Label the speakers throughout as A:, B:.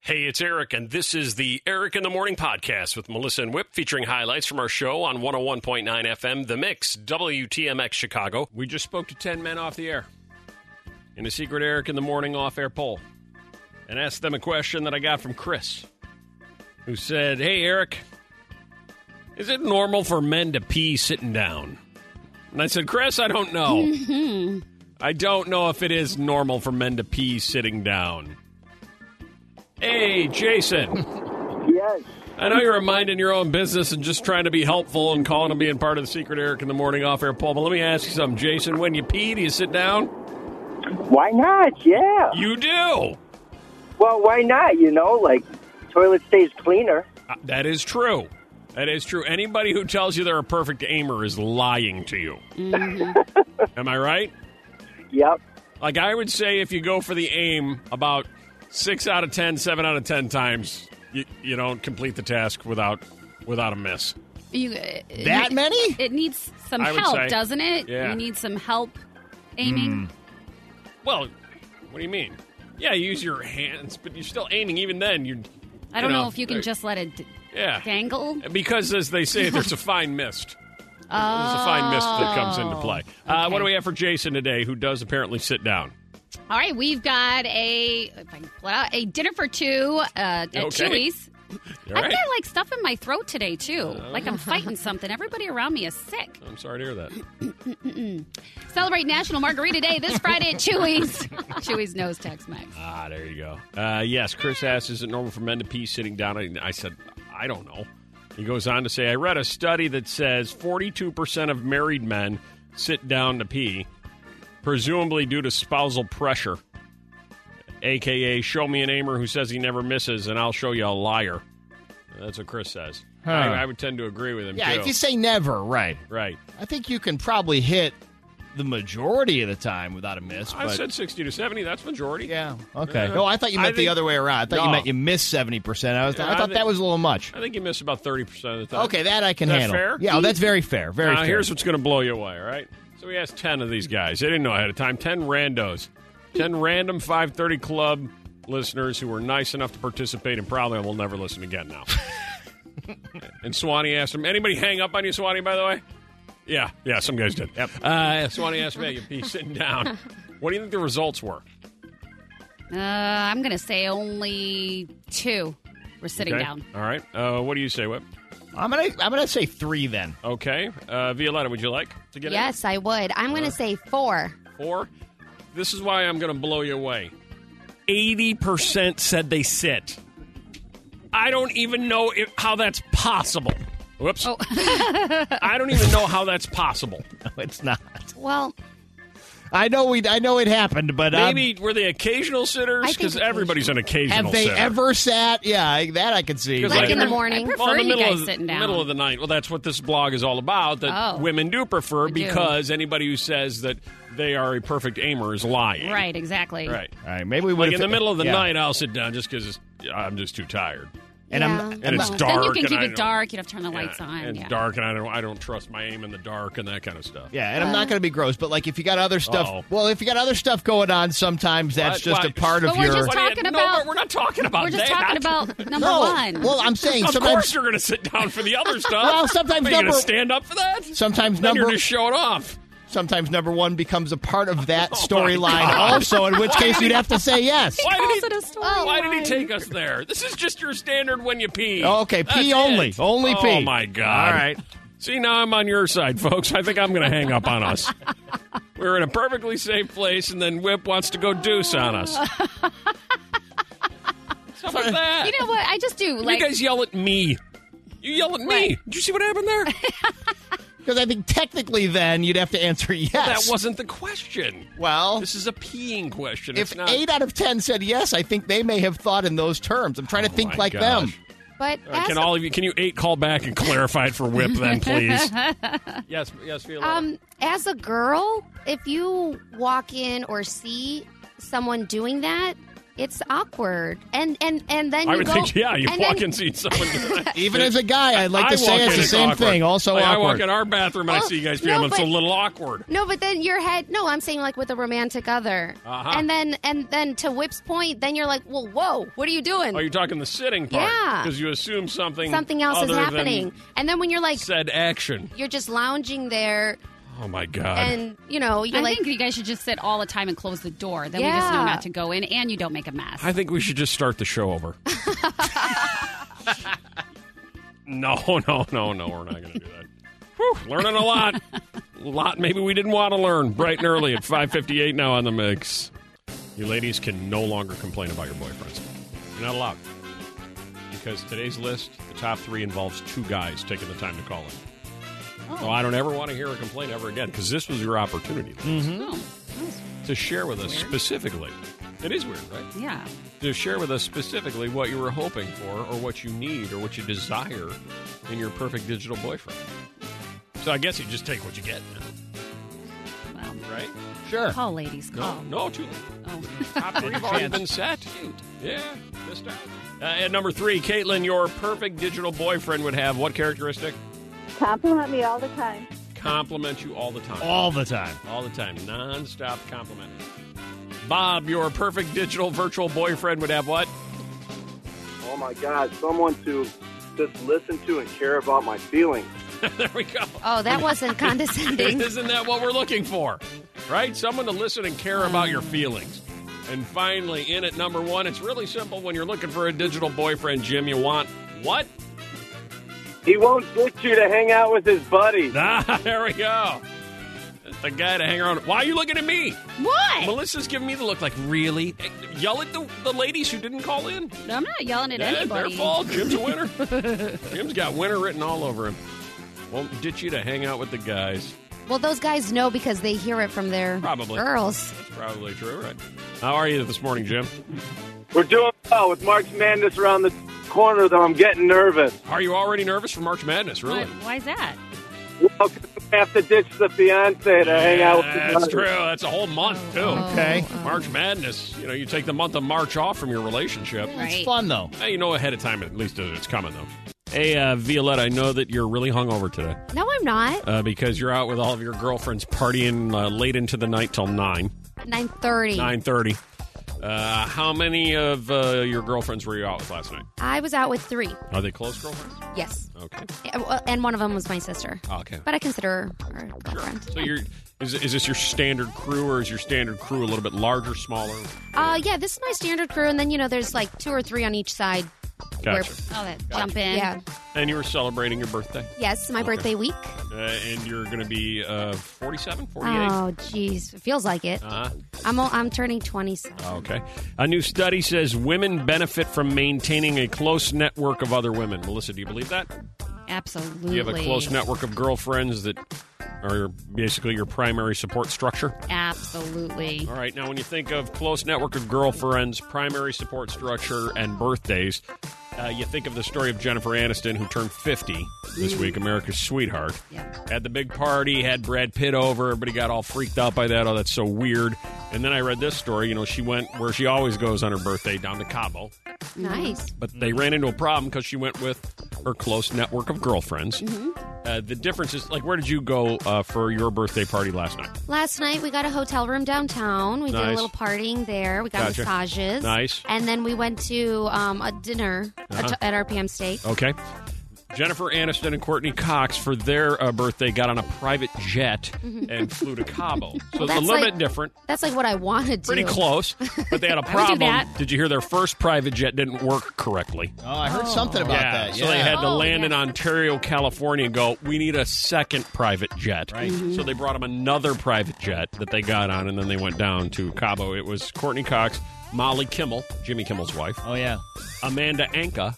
A: Hey, it's Eric, and this is the Eric in the Morning podcast with Melissa and Whip, featuring highlights from our show on 101.9 FM, The Mix, WTMX Chicago.
B: We just spoke to 10 men off the air in a secret Eric in the Morning off air poll and asked them a question that I got from Chris, who said, Hey, Eric, is it normal for men to pee sitting down? And I said, Chris, I don't know. I don't know if it is normal for men to pee sitting down. Hey, Jason.
C: Yes.
A: I know you're minding your own business and just trying to be helpful and calling and being part of the Secret Eric in the Morning off air poll. But let me ask you something, Jason. When you pee, do you sit down?
C: Why not? Yeah.
A: You do.
C: Well, why not? You know, like toilet stays cleaner.
A: Uh, That is true. That is true. Anybody who tells you they're a perfect aimer is lying to you. Am I right?
C: Yep.
A: Like, I would say if you go for the aim about six out of ten, seven out of 10 times, you, you don't complete the task without without a miss.
D: You, uh, it-
E: That
D: it-
E: many?
D: It needs some
A: I would
D: help,
A: say.
D: doesn't it?
A: Yeah. Hmm.
D: You need some help aiming.
A: Well, what do you mean? Yeah, you use your hands, but you're still aiming. Even then, you're.
D: I don't
A: you
D: know,
A: know,
D: if you can
A: like-
D: just let it d-
A: Yeah.
D: dangle.
A: Because, as they say, there's a fine mist. There's a fine mist that comes
D: Oh,
A: into play. Uh, what do we have for Jason today, who does apparently sit down?
D: All right, we've got a if I can pull it out, a dinner for two uh, at
A: Okay.
D: Chewy's.
A: You all
D: I've
A: right? Oh.
D: got like stuff in my throat today too. Like I'm fighting something. Everybody around me is sick.
A: I'm sorry to hear that.
D: Celebrate National Margarita Day this Friday at Chewy's. Chewy's knows Tex Mex.
A: Ah, there you go. Uh, yes, Chris asks, is it normal for men to pee sitting down? I, I said, I don't know. He goes on to say, I read a study that says 42% of married men sit down to pee, presumably due to spousal pressure, aka show me an aimer who says he never misses, and I'll show you a liar. That's what Chris says.
E: Huh.
A: I, I would tend to agree with him,
E: Yeah,
A: too.
E: if you say never, right.
A: right.
E: I think you can probably hit the majority of the time without a miss.
A: I
E: but-
A: said 60 to 70. That's majority.
E: yeah, okay.
A: Uh,
E: no, I thought you
A: I
E: meant the
A: think-
E: other way around. I thought
A: No.
E: you meant you missed seventy percent. I was,
A: Yeah,
E: I
A: I
E: thought
A: think-
E: that was a little much.
A: I think you miss about 30% of the time.
E: Okay, that I can
A: Is that
E: handle.
A: fair?
E: Yeah, oh, that's very fair. Very
A: Now,
E: fair.
A: here's what's going to blow you away, all right? So we asked 10 of these guys. They didn't know ahead of time. 10 randos. 10 random 530 Club listeners who were nice enough to participate and probably will never listen again now. and Swanee asked him, anybody hang up on you, Swanee, by the way? Yeah, yeah, some guys did. Yep. Uh, Swanee asked me, if he's sitting down, what do you think the results were?
D: Uh, I'm gonna say only two. We're sitting
A: Okay?
D: down.
A: All right. Uh, what do you say, Whip?
E: I'm gonna I'm gonna say three then.
A: Okay. Uh, Violetta, would you like to get in?
F: Yes, I would. I'm
A: Uh.
F: going to say four.
A: Or this is why I'm going to blow you away. 80% said they sit. I don't even know if, how that's possible. Whoops.
D: Oh.
A: I don't even know how that's possible.
E: No, it's not.
F: Well,
E: I know we I know it happened, but um,
A: Maybe were they occasional sitters?
F: I think
A: Because everybody's an occasional
E: have they
A: sitter.
E: ever sat? Yeah, I, that I could see.
A: 'Cause
F: Like
A: I-
F: in the morning.
D: I
A: Well,
D: prefer
A: in the
D: you
A: middle,
D: guys
A: of,
D: sitting down.
A: middle of the night. Well, that's what this blog is all about. That
D: Oh.
A: women do prefer
D: do.
A: because anybody who says that they are a perfect aimer is lying.
D: right, exactly.
A: Right.
E: All right, maybe we would
A: Like in the middle of the
E: Uh, yeah.
A: night, I'll sit down just because I'm just too tired.
E: and
F: Yeah.
E: I'm and
A: and it's
E: I'm-
A: dark.
D: Then you can
A: and
D: keep
A: I
D: it
A: don't-
D: dark. You'd have to turn the
A: Yeah,
D: lights on.
A: It's
D: yeah.
A: dark, and I don't I don't trust my aim in the dark and that kind of stuff.
E: Yeah, and I'm
D: Uh.
E: not going to be gross, but like if you got other stuff,
A: Uh-oh.
E: well, if you got other stuff going on, sometimes that's
A: What?
E: just
A: Why-
E: a part of
D: But we're
E: your.
D: just
A: What do you-
D: talking
A: no,
D: about-
A: but we're not talking about
D: We're just
A: that.
D: talking about number
E: no,
D: one.
E: well, I'm saying
A: Of course,
E: sometimes
A: you're going to sit down for the other stuff.
E: Well, sometimes
A: But you're
E: number-
A: to stand up for that.
E: sometimes
A: Then you're
E: number
A: just showing off.
E: Sometimes number one becomes a part of that
A: Oh
E: storyline also, in which case you'd have to say yes.
A: Why
G: calls it
A: did, he,
G: a
D: Oh,
G: storyline.
A: why did he take us there? This is just your standard when you pee.
E: Oh, Okay, pee
A: That's
E: only.
A: it.
E: Only
A: Oh,
E: pee.
A: my God.
E: All right.
A: See, now I'm on your side, folks. I think I'm going to hang up on us. We're in a perfectly safe place, and then Whip wants to go deuce on us. What's up with that?
D: You know what? I just do like
A: you guys yell at me. You yell at me.
D: Right.
A: Did you see what happened there?
E: Because I think technically then you'd have to answer yes.
A: that wasn't the question.
E: well,
A: This is a peeing question.
E: if
A: it's not,
E: eight out of ten said yes, I think they may have thought in those terms. I'm trying to
A: Oh
E: think
A: my
E: like
A: gosh.
E: them.
F: But
A: All right,
F: ask
A: uh, can all of you? Can you eight call back and clarify it for Whip then, please? yes, yes, Fiona.
F: Um, as a girl, if you walk in or see someone doing that, it's awkward. And and and then you
A: I would
F: go,
A: think, yeah, you
F: and
A: walk
F: then-
A: and see someone.
E: Even as a guy, I'd like
A: I
E: to
A: walk
E: say it's
A: in,
E: the same
A: awkward.
E: thing. Also
A: Like, I walk
E: awkward.
A: in our bathroom and I
F: Well,
A: see you guys
F: no,
A: peeing. It's a
F: Oh, but-
A: little awkward.
F: No, but then your head. No, I'm saying like with a romantic other.
A: Uh-huh.
F: And then and then to Whip's point, then you're like, well, whoa, what are you doing?
A: Oh, you're talking the sitting part.
F: Yeah.
A: Because you assume something
F: Something else is
A: other than
F: happening. And then when you're like,
A: Said action.
F: you're just lounging there,
A: Oh my god.
F: and you know, you're
D: I
F: like,
D: think you guys should just sit all the time and close the door. Then we just know
F: Yeah.
D: not to go in, and you don't make a mess.
A: I think we should just start the show over. no, no, no, no. We're not going to do that. Whew, learning a lot. A lot maybe we didn't want to learn bright and early at 5.58 now on the mix. You ladies can no longer complain about your boyfriends. You're not allowed. Because today's list, the top three involves two guys taking the time to call in.
D: Oh.
A: So I don't ever want to hear a complaint ever again because this was your opportunity ladies,
D: Oh, that was-
A: to share with us specifically. It is weird, right?
D: yeah.
A: to share with us specifically what you were hoping for or what you need or what you desire in your perfect digital boyfriend. So I guess you just take what you get,
D: Well,
A: right?
E: sure.
D: call ladies,
A: No,
D: call.
A: no, too late.
D: Oh.
A: Top three have already been set. Yeah, missed out. Uh, at number three, Caitlin, your perfect digital boyfriend would have what characteristic?
H: Compliment me all the time.
A: Compliment you all the time.
E: All the time.
A: All the time. Non-stop compliment. Bob, your perfect digital virtual boyfriend would have what?
C: Oh my God, someone to just listen to and care about my feelings.
A: there we go.
F: oh, that wasn't condescending.
A: Isn't that what we're looking for? Right? Someone to listen and care about your feelings. And finally, in at number one, it's really simple when you're looking for a digital boyfriend, Jim. You want what?
C: He won't ditch you to hang out with his buddies.
A: Ah, there we go. That's the guy to hang around. Why are you looking at me?
D: What?
A: Melissa's giving me the look like, really? Yell at the, the ladies who didn't call in.
D: I'm not yelling at
A: That's
D: anybody.
A: their fault. Jim's a winner. Jim's got winner written all over him. Won't ditch you to hang out with the guys.
F: well, those guys know because they hear it from their
A: Probably.
F: girls.
A: That's probably true, right? How are you this morning, Jim?
C: We're doing well with March Madness around the corner, though. I'm getting nervous.
A: Are you already nervous for March Madness? Really?
D: Why, why is that?
C: Well, 'cause I have to ditch the fiance to hang out with his
A: That's
C: buddies.
A: true. That's a whole month too.
D: Oh,
E: Okay.
A: March Madness. You know, you take the month of March off from your relationship.
E: It's
D: Right.
E: fun though.
A: Now Uh, you know ahead of time at least that it's coming though. Hey, uh, Violetta, I know that you're really hungover today
F: No, I'm not.
A: uh, because you're out with all of your girlfriends partying uh, late into the night till nine,
F: Nine thirty.
A: nine thirty. Uh, how many of uh, your girlfriends were you out with last night?
F: I was out with three.
A: Are they close girlfriends?
F: Yes,
A: Okay.
F: Yeah, well, and one of them was my sister.
A: Okay.
F: But I consider her a girlfriend.
A: Oh, So you're is, is this your standard crew or is your standard crew a little bit larger, smaller?
F: Uh, yeah, this is my standard crew, and then you know, there's like two or three on each side. where-
A: Gotcha.
D: Oh, that jump in.
F: yeah.
A: And you were celebrating your birthday.
F: Yes, my
A: Okay.
F: birthday week.
A: Uh, and you're going to be uh, 47, 48?
D: Um,
F: Oh, jeez, it feels like it.
A: Uh-huh.
F: I'm o- I'm turning 27.
A: Okay. A new study says women benefit from maintaining a close network of other women. Melissa, do you believe that?
D: Absolutely.
A: Do you have a close network of girlfriends that are basically your primary support structure?
D: Absolutely.
A: All right. Now, when you think of close network of girlfriends, primary support structure, and birthdays, uh, you think of the story of Jennifer Aniston, who turned 50 this week, America's sweetheart.
D: Yeah.
A: Had the big party, had Brad Pitt over. Everybody got all freaked out by that. Oh, that's so weird. And then I read this story. You know, she went where she always goes on her birthday, down to Cabo.
F: Nice.
A: But they ran into a problem because she went with her close network of girlfriends. Uh, the difference is, like, where did you go uh, for your birthday party last night?
F: Last night we got a hotel room downtown. We did a
A: Nice.
F: little partying there. We got
A: Gotcha.
F: massages.
A: Nice. Uh-huh.
F: And then we went to um, a dinner at- at our Pam Steak.
A: Okay. Jennifer Aniston and Courtney Cox for their uh, birthday got on a private jet
D: Mm-hmm.
A: and flew to Cabo. So it's a
F: that's
A: little
F: like-
A: bit different.
F: That's like what I want to do.
A: Pretty close, but they had
D: I
A: a
D: would do
A: problem.
D: that.
A: Did you hear their first private jet didn't work correctly?
E: Oh, I heard something about that. Yeah.
A: So they had to
D: Oh,
A: land
D: yeah.
A: in Ontario, California, and go, we need a second private jet.
E: Right.
D: Mm-hmm.
A: So they brought them another private jet that they got on, and then they went down to Cabo. It was Courtney Cox, Molly Kimmel, Jimmy Kimmel's wife,
E: oh yeah.
A: Amanda Anka.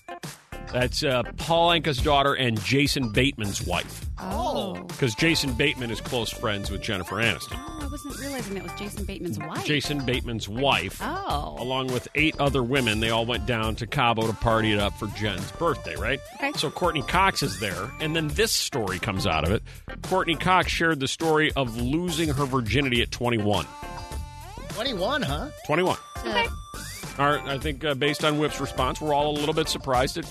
A: That's uh, Paul Anka's daughter and Jason Bateman's wife.
F: Oh.
A: Because Jason Bateman is close friends with Jennifer Aniston.
D: Oh, I wasn't realizing that was Jason Bateman's wife.
A: Jason Bateman's wife,
D: Oh.
A: along with eight other women, they all went down to Cabo to party it up for Jen's birthday, right?
D: Okay.
A: So Courtney Cox is there, and then this story comes out of it. Courtney Cox shared the story of losing her virginity at 21.
E: 21, huh?
A: 21.
F: Okay.
A: Our, I think uh, based on Whip's response, we're all a little bit surprised it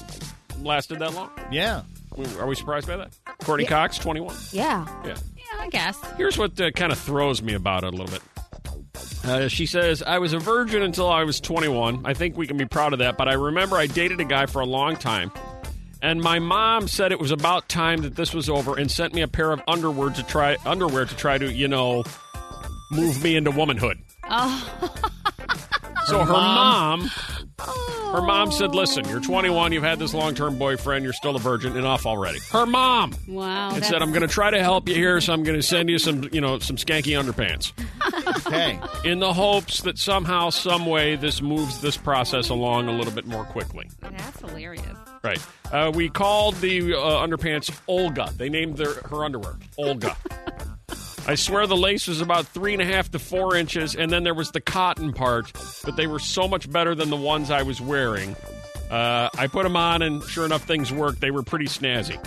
A: lasted that long.
E: Yeah.
A: We- Are we surprised by that? Courtney Cox, 21.
F: Yeah.
A: Yeah.
D: Yeah, I guess.
A: Here's what uh, kind of throws me about it a little bit. Uh, she says, I was a virgin until I was 21. I think we can be proud of that, but I remember I dated a guy for a long time, and my mom said it was about time that this was over and sent me a pair of underwear to try, underwear to, try to you know, move me into womanhood.
D: Oh.
A: So her
E: mom-
A: mom, her mom said, "Listen, you're 21. You've had this long-term boyfriend. You're still a virgin. Enough already." Her mom
D: Wow.
A: and
D: that's-
A: said, "I'm going to try to help you here, so I'm going to send you some, you know, some skanky underpants."
E: Okay.
A: in the hopes that somehow, some way, this moves this process along a little bit more quickly.
D: That's hilarious.
A: Right. Uh, we called the uh, underpants Olga. They named their her underwear Olga. I swear the lace was about three and a half to four inches, and then there was the cotton part, but they were so much better than the ones I was wearing. Uh, I put them on, and sure enough, things worked. They were pretty snazzy.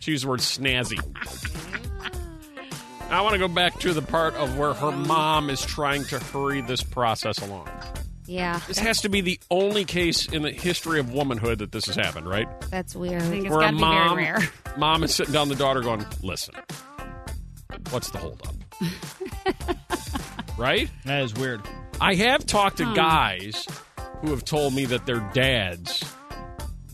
A: she used the word snazzy. I want to go back to the part of where her mom is trying to hurry this process along.
F: Yeah.
A: This has to be the only case in the history of womanhood that this has happened, right?
F: That's
D: I
F: weird.
D: think it's
A: Where
D: got
A: a
D: to be
A: mom,
D: very rare.
A: mom is sitting down the daughter going, "Listen, what's the holdup?" right?
E: That is weird.
A: I have talked
D: Hmm.
A: to guys who have told me that their dads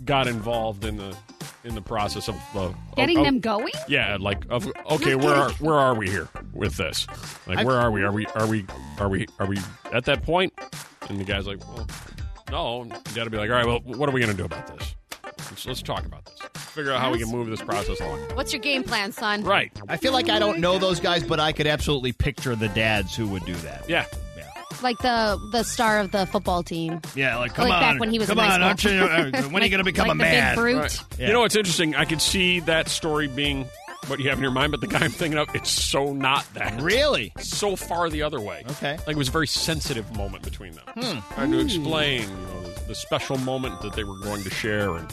A: got involved in the in the process of uh,
D: Getting
A: of-
D: them going?
A: Yeah, like of, okay, where are where are we here with this? Like,
E: I-
A: where are we? Are we are we are we are we at that point? And the guy's like, well, no. And Dad will be like, all right, well, what are we gonna do about this? Let's, let's talk about this. Figure out how we can move this process along.
F: What's your game plan, son?
A: Right?
E: I feel like I don't know those guys, but I could absolutely picture the dads who would do that.
A: Yeah.
E: Yeah.
F: Like the the star of the football team.
E: Yeah, like come
F: Like
E: on,
F: back when he was in
E: come
F: high
E: on,
F: school.
E: aren't you- uh, when are you going to become
D: like
E: a
D: the
E: man?
D: big brute.
E: Yeah.
A: You know what's interesting? I could see that story being what you have in your mind, but the guy I'm thinking of, it's so not that.
E: Really?
A: So far the other way.
E: Okay.
A: Like it was a very sensitive moment between them. Trying to explain you know, the, the special moment that they were going to share and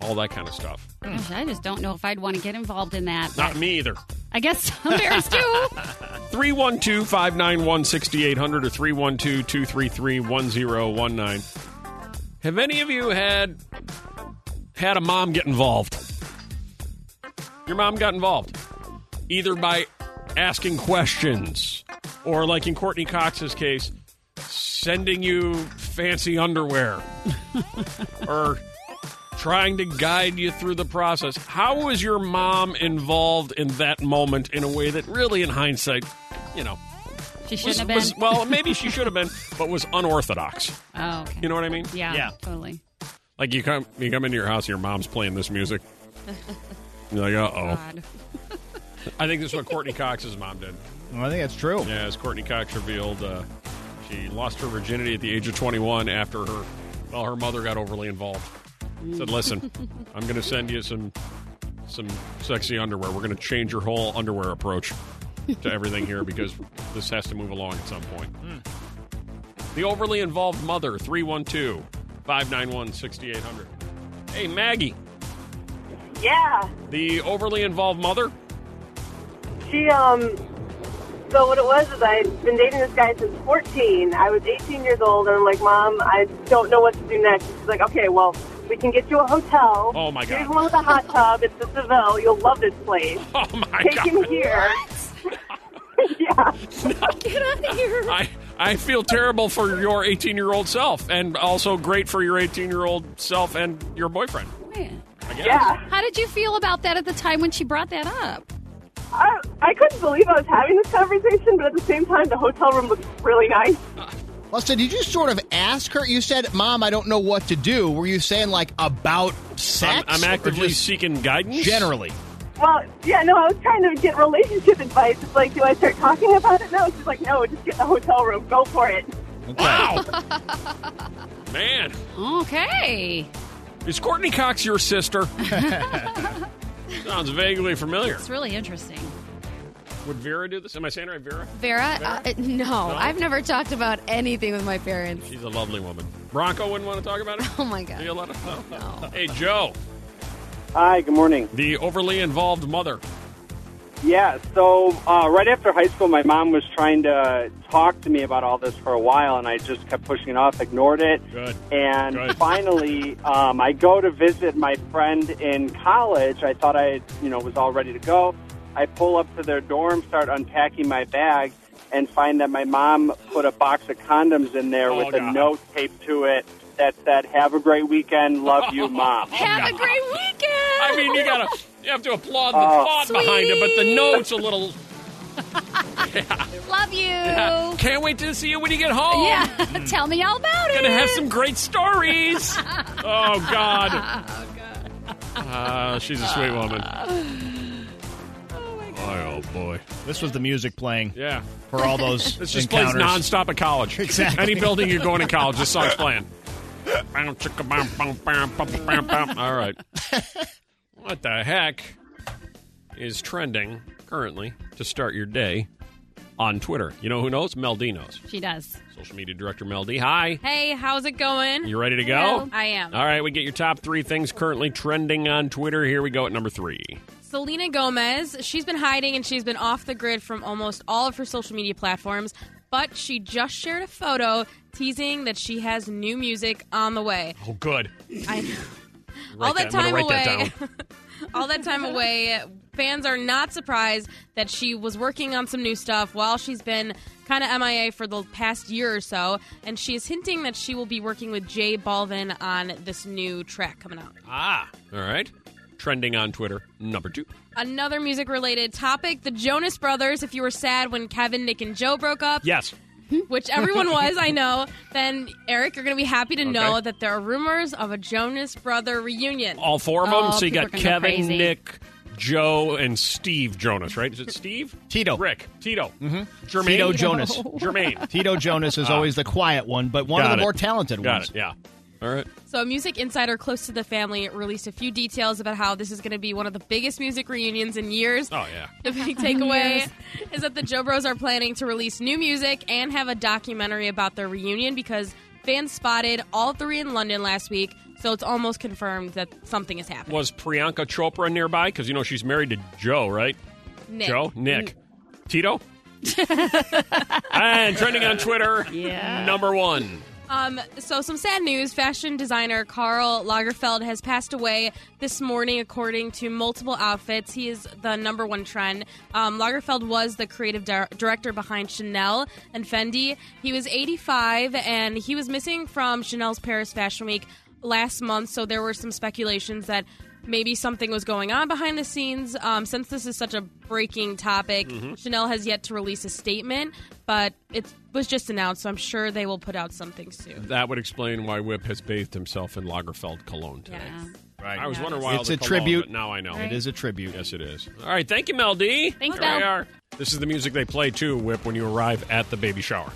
A: all that kind of stuff.
D: Gosh, I just don't know if I'd want to get involved in that.
A: Not
D: but
A: me either.
D: I guess some parents do.
A: 312 591 6800 or 312 233 1019. Have any of you had had a mom get involved? Your mom got involved either by asking questions or, like in Courtney Cox's case, sending you fancy underwear or trying to guide you through the process. How was your mom involved in that moment in a way that really, in hindsight, you know,
D: She shouldn't
A: was,
D: have been.
A: was- well, maybe she should have been, but was unorthodox.
D: oh, okay.
A: You know what I mean?
D: yeah,
E: Yeah.
D: totally.
A: Like you come, you come into your house, your mom's playing this music. You're like, uh
D: God.
A: oh. I think this is what Courtney Cox's mom did.
E: Well, I think that's true.
A: Yeah, as Courtney Cox revealed, uh, she lost her virginity at the age of 21 after her, well, her mother got overly involved. Said, "Listen, I'm going to send you some, some sexy underwear. We're going to change your whole underwear approach to everything here because this has to move along at some point." The overly involved mother, 312 591 6800. Hey, Maggie,
H: Yeah.
A: the overly involved mother?
H: She, um, so what it was is I'd been dating this guy since 14. I was 18 years old, and I'm like, Mom, I don't know what to do next. She's like, okay, well, we can get you a hotel.
A: Oh, my God.
H: Here's one with a hot tub. It's the Seville. You'll love this place.
A: Oh, my
H: Take
A: God.
H: him here. yeah.
D: Get out of here.
A: I I feel terrible for your 18 year old self, and also great for your 18 year old self and your boyfriend.
D: Man,
A: I I guess.
H: Yeah.
D: How did you feel about that at the time when she brought that up?
H: I, I couldn't believe I was having this conversation, but at the same time, the hotel room looked really nice.
E: Lester, did you sort of ask her? You said, "Mom, I don't know what to do." Were you saying like about
A: I'm,
E: sex?
A: I'm
E: or
A: actively
E: just
A: seeking guidance.
E: generally.
H: Well, yeah, no, I was trying to get relationship advice. It's like, do I start talking about it? No, she's like, no, just get in the hotel room. Go for it.
E: Okay.
A: Man,
D: Okay.
A: is Courtney Cox your sister? Sounds vaguely familiar.
D: It's really interesting.
A: Would Vera do this? Am I saying it right, Vera?
F: Vera, Uh, no, I've never talked about anything with my parents.
A: She's a lovely woman. Bronco wouldn't want to talk about it.
F: Oh my
A: Be a
F: god.
A: lot of Hey, Joe,
C: Hi, good morning.
A: the overly involved mother.
C: Yeah, so uh, right after high school, my mom was trying to talk to me about all this for a while, and I just kept pushing it off, ignored it.
A: Good.
C: And
A: Good.
C: finally, um, I go to visit my friend in college. I thought I, you know, was all ready to go. I pull up to their dorm, start unpacking my bag, and find that my mom put a box of condoms in there
A: Oh,
C: with
A: God.
C: a note taped to it that said, "Have a great weekend, love you, mom."
D: Have a great weekend.
A: Oh, I mean, you gotta you have to applaud the
C: Oh.
A: thought behind it, but the note's a little.
D: love you.
A: Can't wait to see you when you get home.
D: Yeah. Tell me all about it.
A: Mm. Gonna have some great stories. oh God. Oh God. Uh, she's a sweet woman. Oh, oh boy.
E: This was the music playing
A: Yeah.
E: for all those
A: This just plays
E: encounters.
A: nonstop at college.
E: Exactly.
A: Any building you're going to college, this song's playing. All right. What the heck is trending currently to start your day on Twitter? You know who knows? Mel D knows.
D: She does.
A: Social media director Mel D. Hi.
I: Hey, how's it going?
A: You ready to go?
I: I am.
A: All right, we get your top three things currently trending on Twitter. Here we go at number three.
I: Selena Gomez, she's been hiding and she's been off the grid from almost all of her social media platforms, but she just shared a photo teasing that she has new music on the way.
A: Oh, good.
I: I know.
A: Write
I: all that,
A: I'm
I: time
A: gonna
I: away.
A: write that down.
I: all that time away, fans are not surprised that she was working on some new stuff while she's been kind of MIA for the past year or so, and she is hinting that she will be working with Jay Balvin on this new track coming out.
A: Ah, all right. Trending on Twitter, number two.
I: Another music related topic the Jonas Brothers. If you were sad when Kevin, Nick, and Joe broke up,
A: Yes.
I: which everyone was, I know, then Eric, you're going to be happy to know that there are rumors of a Jonas Brother reunion.
A: All four of them.
D: Oh,
A: so you
D: people
A: got
D: are gonna go
A: Kevin,
D: crazy.
A: Nick, Joe, and Steve Jonas, right? Is it Steve?
E: Tito.
A: Rick. Tito. Mm-hmm. Jermaine.
E: Tito Jonas.
A: Jermaine.
E: Tito Jonas is always the quiet one, but one of
A: Ah. Got
E: the
A: it.
E: more talented
A: Got
E: ones.
A: it. Yeah. All right.
I: So, a music insider close to the family released a few details about how this is going to be one of the biggest music reunions in years.
A: Oh, yeah.
I: The big takeaway is that the Joe Bros are planning to release new music and have a documentary about their reunion because fans spotted all three in London last week. So it's almost confirmed that something is happening.
A: Was Priyanka Chopra nearby? Because, you know, she's married to Joe, right?
I: Nick.
A: Joe?
E: Mm.
A: Nick. Tito? and trending on Twitter, yeah. number one.
I: Um, so some sad news. Fashion designer Karl Lagerfeld has passed away this morning, according to multiple outfits. He is the number one trend. Um, Lagerfeld was the creative di- director behind Chanel and Fendi. He was 85, and he was missing from Chanel's Paris Fashion Week last month. So there were some speculations that maybe something was going on behind the scenes. Um, since this is such a breaking topic,
A: Mm-hmm.
I: Chanel has yet to release a statement, but it was just announced, so I'm sure they will put out something soon.
A: That would explain why Whip has bathed himself in Lagerfeld cologne today.
D: Yeah.
E: Right.
A: I was wondering why all
E: It's
A: the
E: a
A: cologne,
E: tribute.
A: but now I know.
E: It is a tribute.
A: Yes, it is. All right, thank you, Mel D.
D: Thanks,
A: There
D: Mel.
A: we are. This is the music they play too, Whip, when you arrive at the baby shower.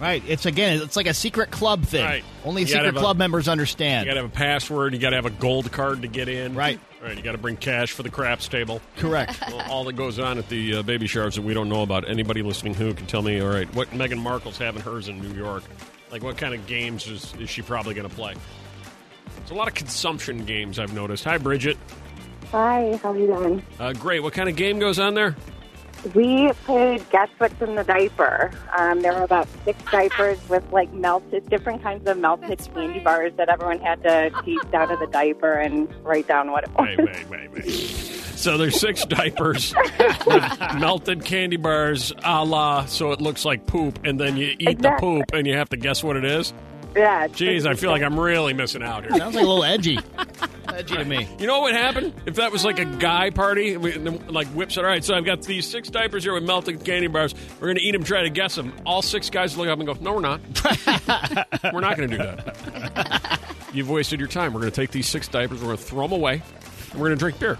E: Right. It's again, it's like a secret club thing.
A: Right.
E: Only
A: You gotta
E: secret
A: have a-
E: club members
A: You
E: understand.
A: got to have a password. You got to have a gold card to get in.
E: Right.
A: All right. You got to bring cash for the craps table.
E: Correct.
A: Well, all that goes on at the uh, baby showers that we don't know about. Anybody listening who can tell me, all right, what Meghan Markle's having hers in New York? Like, what kind of games is, is she probably going to play? It's a lot of consumption games I've noticed. Hi, Bridget.
H: Hi, how are you doing?
A: Uh, great. What kind of game goes on there?
H: We played Guess What's in the Diaper. Um, there were about six diapers with like melted, different kinds of melted candy bars that everyone had to tease out of the diaper and write down what it was.
A: Wait, wait, wait, wait. So there's six diapers with melted candy bars a la so it looks like poop, and then you eat the
H: Exactly.
A: poop and you have to guess what it is?
H: Yeah.
A: Jeez, I feel like I'm really missing out here.
E: Sounds like a little edgy. edgy to me.
A: You know what would happen if that was like a guy party? We- Like whips it. All right, so I've got these six diapers here with melted candy bars. We're gonna eat them, try to guess them. All six guys look up and go, "No, we're not. we're not gonna do that. You've wasted your time. We're gonna take these six diapers. We're gonna throw them away. And we're gonna drink beer.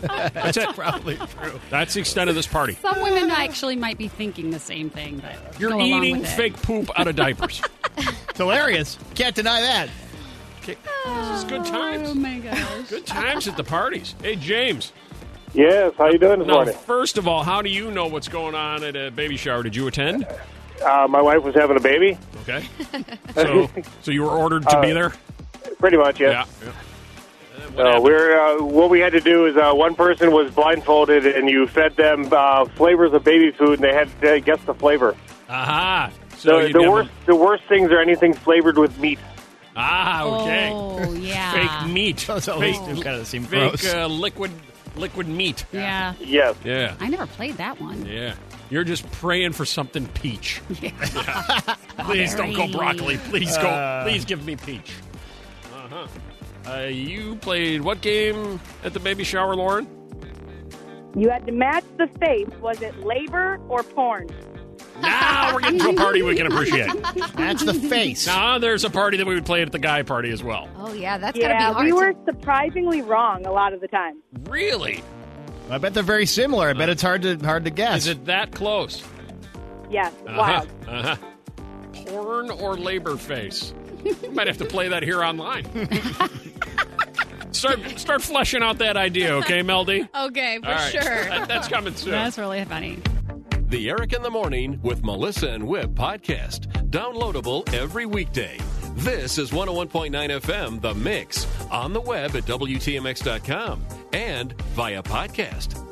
A: That's it.
E: Probably true.
A: That's the extent of this party.
D: Some women actually might be thinking the same thing, but
A: You're e-
D: go along
A: eating
D: with it.
A: fake poop out of diapers.
E: It's hilarious. Can't deny that.
A: It's good
D: Oh
A: times.
D: my gosh.
A: Good times at the parties. Hey, James.
J: Yes, how you doing this
A: Now,
J: morning?
A: first of all, how do you know what's going on at a baby shower? Did you attend?
J: Uh, my wife was having a baby.
A: Okay. So, so you were ordered to be
J: Uh,
A: there?
J: Pretty much, yes.
A: yeah.
J: So we're uh, what we had to do is uh, one person was blindfolded, and you fed them uh, flavors of baby food, and they had to guess the flavor.
A: Aha. So
J: The,
A: you
J: the
A: give
J: worst,
A: them-
J: the worst things are anything flavored with meat.
A: Ah, okay.
D: Oh yeah.
A: Fake meat.
E: Those Oh, always
A: fake
E: do kind of seem
A: fake
E: gross.
A: uh, liquid liquid meat.
D: Yeah.
J: Yes.
A: Yeah.
D: I never played that one.
A: Yeah. You're just praying for something peach. Please don't go broccoli. Please go. please give me peach. Uh-huh. Uh, you played what game at the baby shower, Lauren?
H: You had to match the face. Was it labor or porn?
A: Now we're getting to a party we can appreciate.
E: That's the face.
A: Now there's a party that we would play at the guy party as well.
F: Oh yeah, that's gotta be
H: yeah,
F: hard.
H: we
F: to-
H: were surprisingly wrong a lot of the time.
A: Really?
E: I bet they're very similar. I bet it's hard to hard to
A: Uh, Is
E: guess.
A: it that close?
H: Yes,
A: Uh-huh.
H: wild.
A: Uh-huh. Porn or labor face? You might have to play that here online. start start fleshing out that idea, okay, Meldy?
I: Okay, for
A: All right.
I: sure.
A: That- that's coming soon.
D: That's really funny.
B: The Eric in the Morning with Melissa and Webb podcast. Downloadable every weekday. This is 101.9 FM, The Mix, on the web at WTMX.com and via podcast.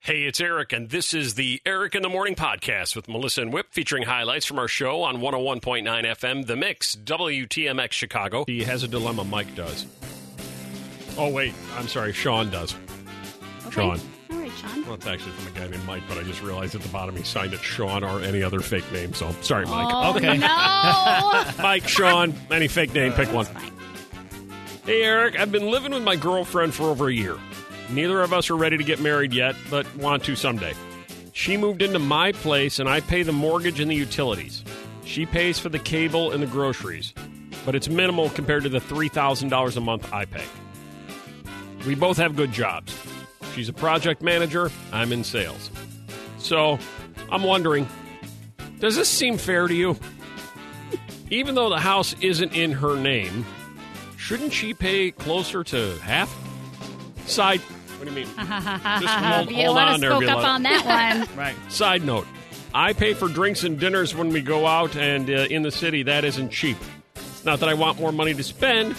A: Hey, it's Eric, and this is the Eric in the Morning podcast with Melissa and Whip, featuring highlights from our show on 101.9 FM, The Mix, WTMX Chicago. He has a dilemma, Mike does. Oh, wait, I'm sorry, Sean does.
D: Okay.
A: Sean.
D: All right, Sean.
A: Well, it's actually from a guy named Mike, but I just realized at the bottom he signed it Sean or any other fake name, so sorry, Mike.
E: okay.
D: Oh, No.
A: Mike, Sean, any fake name, pick one. Hey, Eric, I've been living with my girlfriend for over a year. Neither of us are ready to get married yet, but want to someday. She moved into my place, and I pay the mortgage and the utilities. She pays for the cable and the groceries, but it's minimal compared to the $3,000 a month I pay. We both have good jobs. She's a project manager, I'm in sales. So, I'm wondering does this seem fair to you? Even though the house isn't in her name, shouldn't she pay closer to half? Side. What do you mean? Just hold,
D: you
A: hold
D: want
A: on
D: to
A: there,
D: spoke up
A: Violetta.
D: on that one.
E: Right.
A: Side note: I pay for drinks and dinners when we go out and uh, in the city. That isn't cheap. It's not that I want more money to spend.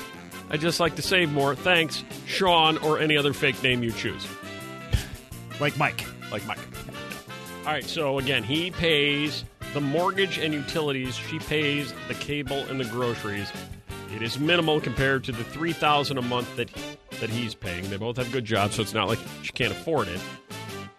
A: I just like to save more. Thanks, Sean, or any other fake name you choose.
E: Like Mike.
A: like Mike. All right, so again, he pays the mortgage and utilities. She pays the cable and the groceries. It is minimal compared to the three thousand a month that that he's paying. They both have good jobs, so it's not like she can't afford it.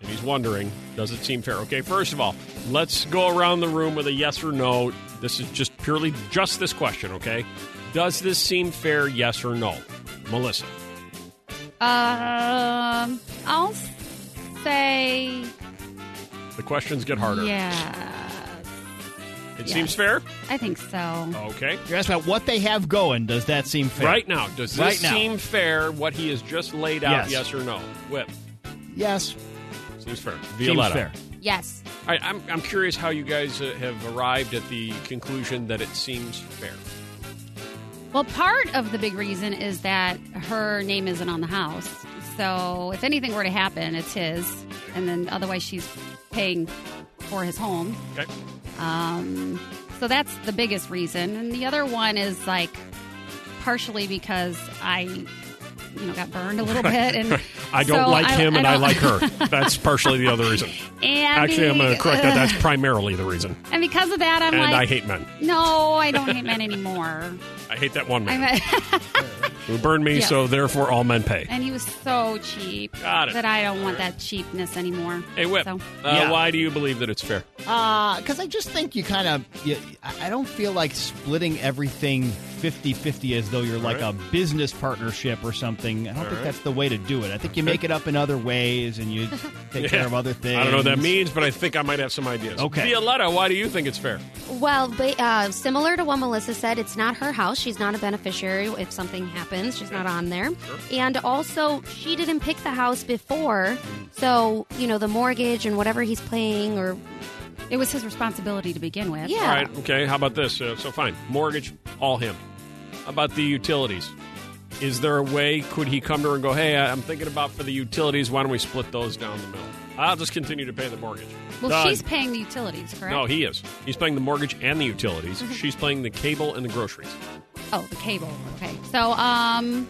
A: And he's wondering, does it seem fair? Okay, first of all, let's go around the room with a yes or no. This is just purely just this question, okay? Does this seem fair? Yes or no, Melissa?
D: Um, I'll say
A: The questions get harder.
D: yeah.
A: it
D: yes.
A: seems fair.
D: I think so.
A: Okay.
E: You're asking about what they have going. Does that seem fair?
A: Right now, does this
E: Right now.
A: seem fair? What he has just laid out, yes,
E: Yes.
A: or no? Whip
E: Yes.
A: seems fair.
E: Seems fair.
F: Yes.
A: All right, I'm I'm curious how you guys uh, have arrived at the conclusion that it seems fair.
D: Well, part of the big reason is that her name isn't on the house. So if anything were to happen, it's his, and then otherwise she's paying for his home.
A: Okay.
D: Um, so that's the biggest reason, and the other one is like partially because I, you know, got burned a little bit, and
A: I don't
D: so
A: like him and I,
D: don't-
A: like her. That's partially the other reason.
D: And
A: Actually, I'm going to
D: be- uh,
A: correct that. That's primarily the reason.
D: And because of that, I'm
A: and
D: like,
A: I hate men.
D: no, I don't hate men anymore.
A: I hate that one man.
D: I'm a-
A: Who burned me,
D: Yes.
A: so therefore all men pay.
D: And he was so cheap
A: Got it.
D: that I don't want that cheapness anymore.
A: Hey, Whip,
D: So,
A: uh,
E: Yeah.
A: why do you believe that it's fair?
E: Because Uh, I just think you kind of, you, I I don't feel like splitting everything 50 50 as though you're like
A: right.
E: a business partnership or something. I don't
A: All
E: think
A: right.
E: that's the way to do it. I think you make it up in other ways and you take
A: Yeah.
E: care of other things.
A: I don't know what that means, but I think I might have some ideas.
E: Okay.
A: Violetta, why do you think it's fair?
F: Well, but, uh, similar to what Melissa said, it's not her house. She's not a beneficiary. If something happens, she's not on there. And also, she didn't pick the house before. So, you know, the mortgage and whatever he's paying or.
D: It was his responsibility to begin with.
F: Yeah.
A: All right, okay. How about this? Uh, so, fine. Mortgage, all him. How about the utilities? Is there a way, could he come to her and go, hey, I- I'm thinking about for the utilities, why don't we split those down the middle? I'll just continue to pay the mortgage.
D: Well,
A: Done.
D: she's paying the utilities, correct?
A: No, he is. He's paying the mortgage and the utilities.
D: Mm-hmm.
A: She's paying the cable and the groceries.
D: Oh, the cable. Okay. So, um,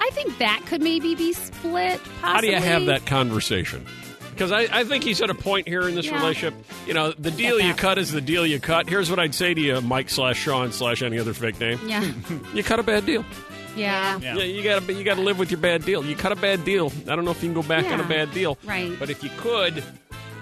D: I think that could maybe be split. Possibly.
A: How do you have that conversation? Because I, I think he's at a point here in this
D: Yeah.
A: relationship. You know, the deal you
D: that.
A: cut is the deal you cut. Here's what I'd say to you, Mike slash Sean slash any other fake name.
D: Yeah.
A: You cut a bad deal.
D: Yeah.
E: Yeah.
A: Yeah, you gotta you gotta live with your bad deal. You cut a bad deal. I don't know if you can go back on a
D: Yeah.
A: bad deal.
D: Right.
A: But if you could,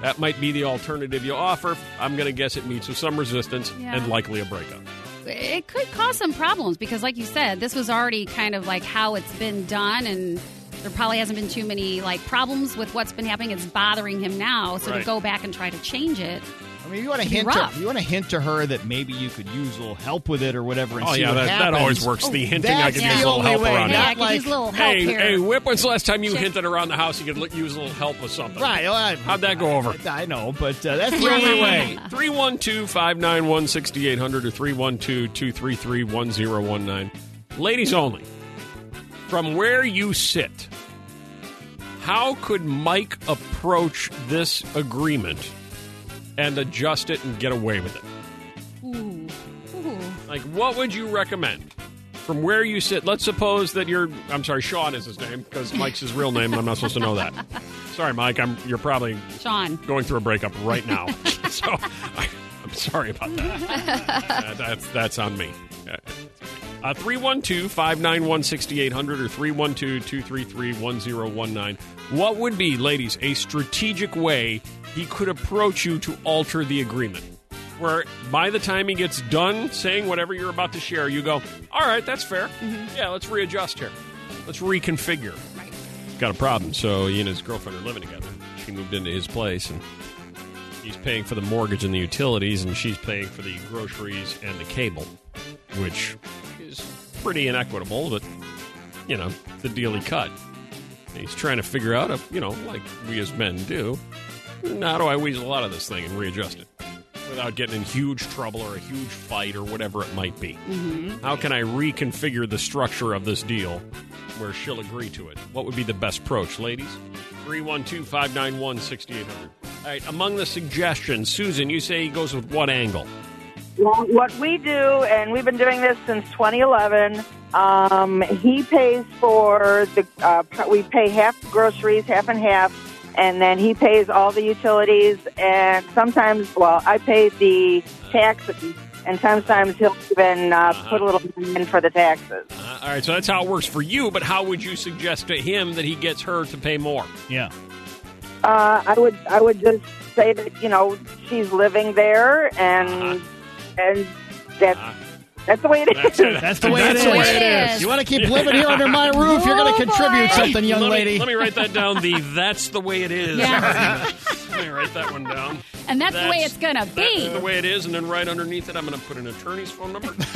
A: that might be the alternative you offer. I'm gonna guess it meets with some resistance
D: Yeah.
A: and likely a breakup.
D: It could cause some problems because, like you said, this was already kind of like how it's been done, and there probably hasn't been too many like problems with what's been happening. It's bothering him now, so
A: Right.
D: to go back and try to change it.
E: I mean, you want to
D: It'd be
E: hint to,
D: rough.
E: you want to hint to her that maybe you could use a little help with it or whatever. And
A: Oh
E: see
A: yeah,
E: what
A: that, that
E: happens. Oh,
A: always works. the hinting I
E: that's
A: can
E: the
A: use a little
E: only
A: help
E: way.
A: around
D: Hey,
E: Not
D: I could use
E: like-
D: a little help
A: Hey,
D: here.
A: hey, Whip, when's the last time you
D: Shit.
A: hinted around the house you could l- use a little help with something?
E: Right. well, I-
A: How'd that go over?
E: I know, but uh, that's the only way.
A: 312 591 6800 or 312 233 1019. Ladies only, from where you sit, how could Mike approach this agreement and adjust it and get away with it?
D: Ooh. Ooh.
A: Like, what would you recommend? From where you sit, let's suppose that you're. I'm sorry, Sean is his name because Mike's his real name. and I'm not supposed to know that. Sorry, Mike. I'm. You're probably
D: Sean.
A: going through a breakup right now. so I, I'm sorry about that. Uh, that's that's on me. Uh, 312 591 6800 or 312 233 1019. What would be, ladies, a strategic way he could approach you to alter the agreement? Where by the time he gets done saying whatever you're about to share, you go, all right, that's fair. Yeah, let's readjust here. Let's reconfigure
D: Right.
A: got a problem. So he and his girlfriend are living together. She moved into his place, and he's paying for the mortgage and the utilities, and she's paying for the groceries and the cable, which is pretty inequitable. But you know, the deal he cut. He's trying to figure out, if, you know, like we as men do, how do I weasel out of this thing and readjust it without getting in huge trouble or a huge fight or whatever it might be? How can I reconfigure the structure of this deal where she'll agree to it? What would be the best approach, ladies? 312 591 6800. All right, among the suggestions, Susan, you say he goes with what angle?
H: Well, what we do, and we've been doing this since 2011. Um, he pays for the uh, we pay half groceries, half and half, and then he pays all the utilities. And sometimes, well, I pay the taxes, and sometimes he'll even uh, put a little in for the taxes.
A: Uh, all right, so that's how it works for you, but how would you suggest to him that he gets her to pay more?
E: Yeah.
H: Uh, I would I would just say that you know she's living there, and
A: Uh-huh.
H: and that's that's the way it is.
A: That's it.
E: That's the way it is.
D: the way it is.
E: You want to keep living here under my roof? You're
D: Oh,
E: going to contribute something, young
A: let
E: lady.
A: Me, let me write that down. The that's the way it is.
D: Yeah.
A: let me write that one down.
D: And that's, the way
A: That's-
D: it's gonna
A: That's
D: be.
A: the way it is, and then right underneath it, I'm going to put an attorney's phone number.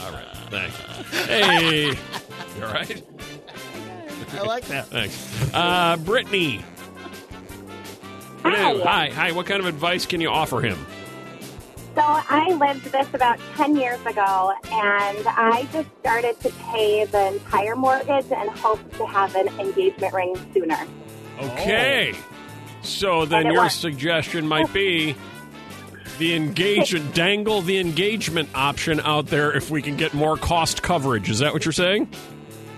A: all right, thanks. Hey, you all right?
E: I like that.
A: Thanks, uh, Brittany. Hello. Hi, hi. What kind of advice can you offer him?
K: So I lived this about 10 years ago, and I just started to pay the entire mortgage and hoped to have an engagement ring sooner.
A: Okay. So then
K: And it
A: your
K: worked.
A: suggestion might be the engage dangle the engagement option out there if we can get more cost coverage. Is that what you're saying?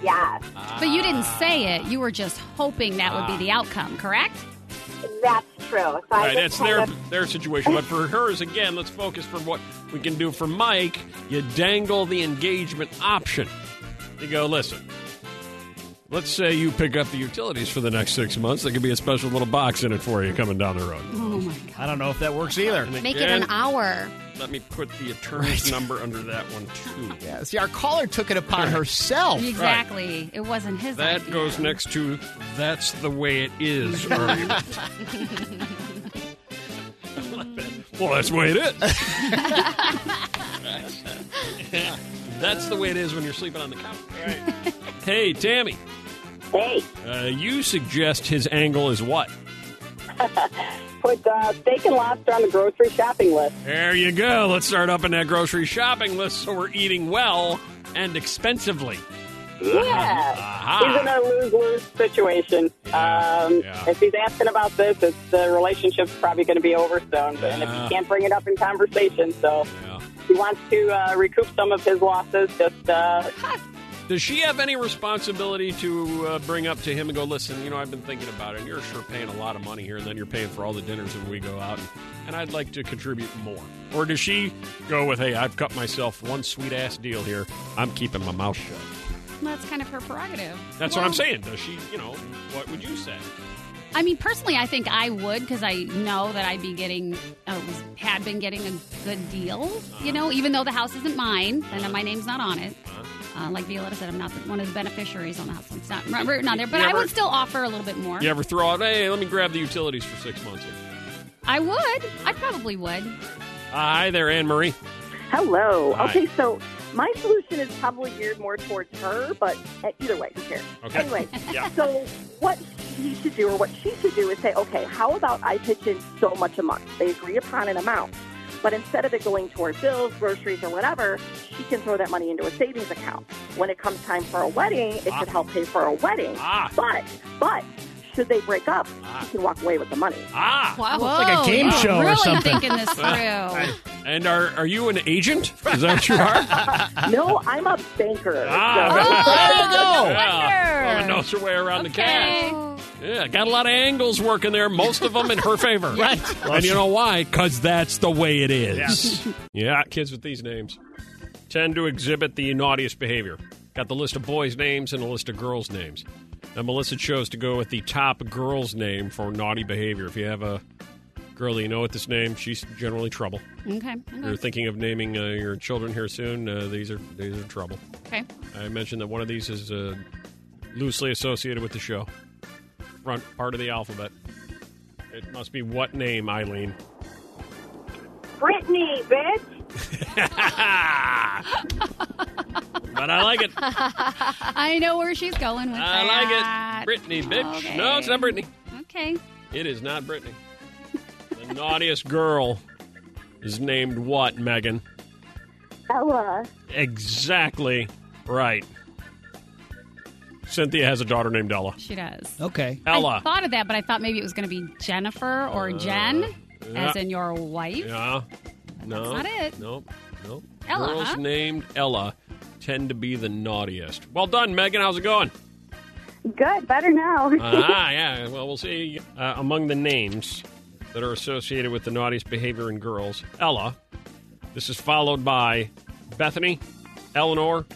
K: Yes,
D: But you didn't say it. You were just hoping that would be the outcome, correct?
K: that's true. So I
A: All right,
K: just
A: that's
K: kind
A: their
K: of-
A: their situation. But for hers, again, let's focus for what we can do for Mike, you dangle the engagement option. You go, listen, let's say you pick up the utilities for the next six months. There could be a special little box in it for you coming down the road.
D: Oh my god.
E: I don't know if that works either.
F: Make it an hour.
A: Let me put the attorney's
E: Right.
A: number under that one, too.
E: Yeah, see, our caller took it upon herself.
D: Exactly. It wasn't his.
A: That
D: idea.
A: goes next to that's the way it is. argument. well, that's the way it is. that's the way it is when you're sleeping on the couch. Hey, Tammy,
L: Hey,
A: uh, you suggest his angle is what?
L: put uh, steak and lobster on the grocery shopping list.
A: There you go. Let's start up in that grocery shopping list so we're eating well and expensively.
L: Yeah. He's in a lose lose situation. um,
A: yeah.
L: If he's asking about this, it's, the relationship's probably going to be over soon. And if
A: Yeah.
L: he can't bring it up in conversation, so
A: Yeah.
L: he wants to uh, recoup some of his losses, just uh,
A: Does she have any responsibility to uh, bring up to him and go, listen, you know, I've been thinking about it, and you're sure paying a lot of money here, and then you're paying for all the dinners when we go out, and, and I'd like to contribute more? Or does she go with, hey, I've cut myself one sweet ass deal here, I'm keeping my mouth shut?
D: That's kind of her prerogative.
A: That's what I'm saying. Does she, you know, what would you say?
D: I mean, personally, I think I would because I know that I'd be getting, uh, was, had been getting a good deal. You know, even though the house isn't mine and my name's not on it.
A: Uh-huh.
D: Uh, like Violetta said, I'm not the, one of the beneficiaries on the house. It's not not written on there, but
A: You
D: I
A: ever-
D: would still offer a little bit more.
A: You ever throw out, hey, let me grab the utilities for six months here?
D: I would. I probably would.
A: Ah, Hi there, Anne Marie.
M: Hello.
A: Hi.
M: Okay, so my solution is probably geared more towards her, but uh, either way, who cares?
A: Okay.
M: Anyway,
A: Yeah.
M: so what he should do or what she should do is say, okay, how about I pitch in so much a month? They agree upon an amount. But instead of it going toward bills, groceries, or whatever, she can throw that money into a savings account. When it comes time for a wedding, it should help pay for a wedding.
A: Ah.
M: But, but, should they break up, she can walk away with the money.
A: Ah.
D: Wow.
E: like a game
D: you're
E: show or
D: really
E: something.
D: thinking this through.
A: And are, are you an agent? Is that what you are?
M: no, I'm a banker.
A: Ah,
M: so-
E: Oh,
A: Yeah. Woman knows her way around the cash. Yeah, got a lot of angles working there, most of them in her favor.
E: Right.
A: And you know why? Because that's the way it is. yeah, kids with these names tend to exhibit the naughtiest behavior. Got the list of boys' names and a list of girls' names. Now, Melissa chose to go with the top girl's name for naughty behavior. If you have a girl that you know with this name, she's generally trouble.
D: Okay.
A: You're
D: Okay.
A: thinking of naming uh, your children here soon. Uh, these are these are trouble.
D: okay.
A: I mentioned that one of these is uh, loosely associated with the show. Front part of the alphabet. It must be what name, Eileen?
K: Brittany, bitch.
A: but I like it.
D: I know where she's going with
A: I
D: that.
A: like it. Brittany, bitch.
D: Okay.
A: No, it's not Brittany.
D: Okay.
A: It is not Brittany. The naughtiest girl is named what, Megan?
M: Ella.
A: Exactly right. Cynthia has a daughter named Ella.
D: She does.
E: Okay.
A: Ella.
D: I thought of that, but I thought maybe it was going to be Jennifer or Jen,
A: Uh, yeah.
D: as in your wife.
A: Yeah. No.
D: not it.
A: Nope. Nope.
D: Ella,
A: Girls
D: huh?
A: named Ella tend to be the naughtiest. Well done, Megan. How's it going?
K: Good, better now.
A: ah, yeah. Well, we'll see. Uh, among the names that are associated with the naughtiest behavior in girls, Ella. This is followed by Bethany, Eleanor.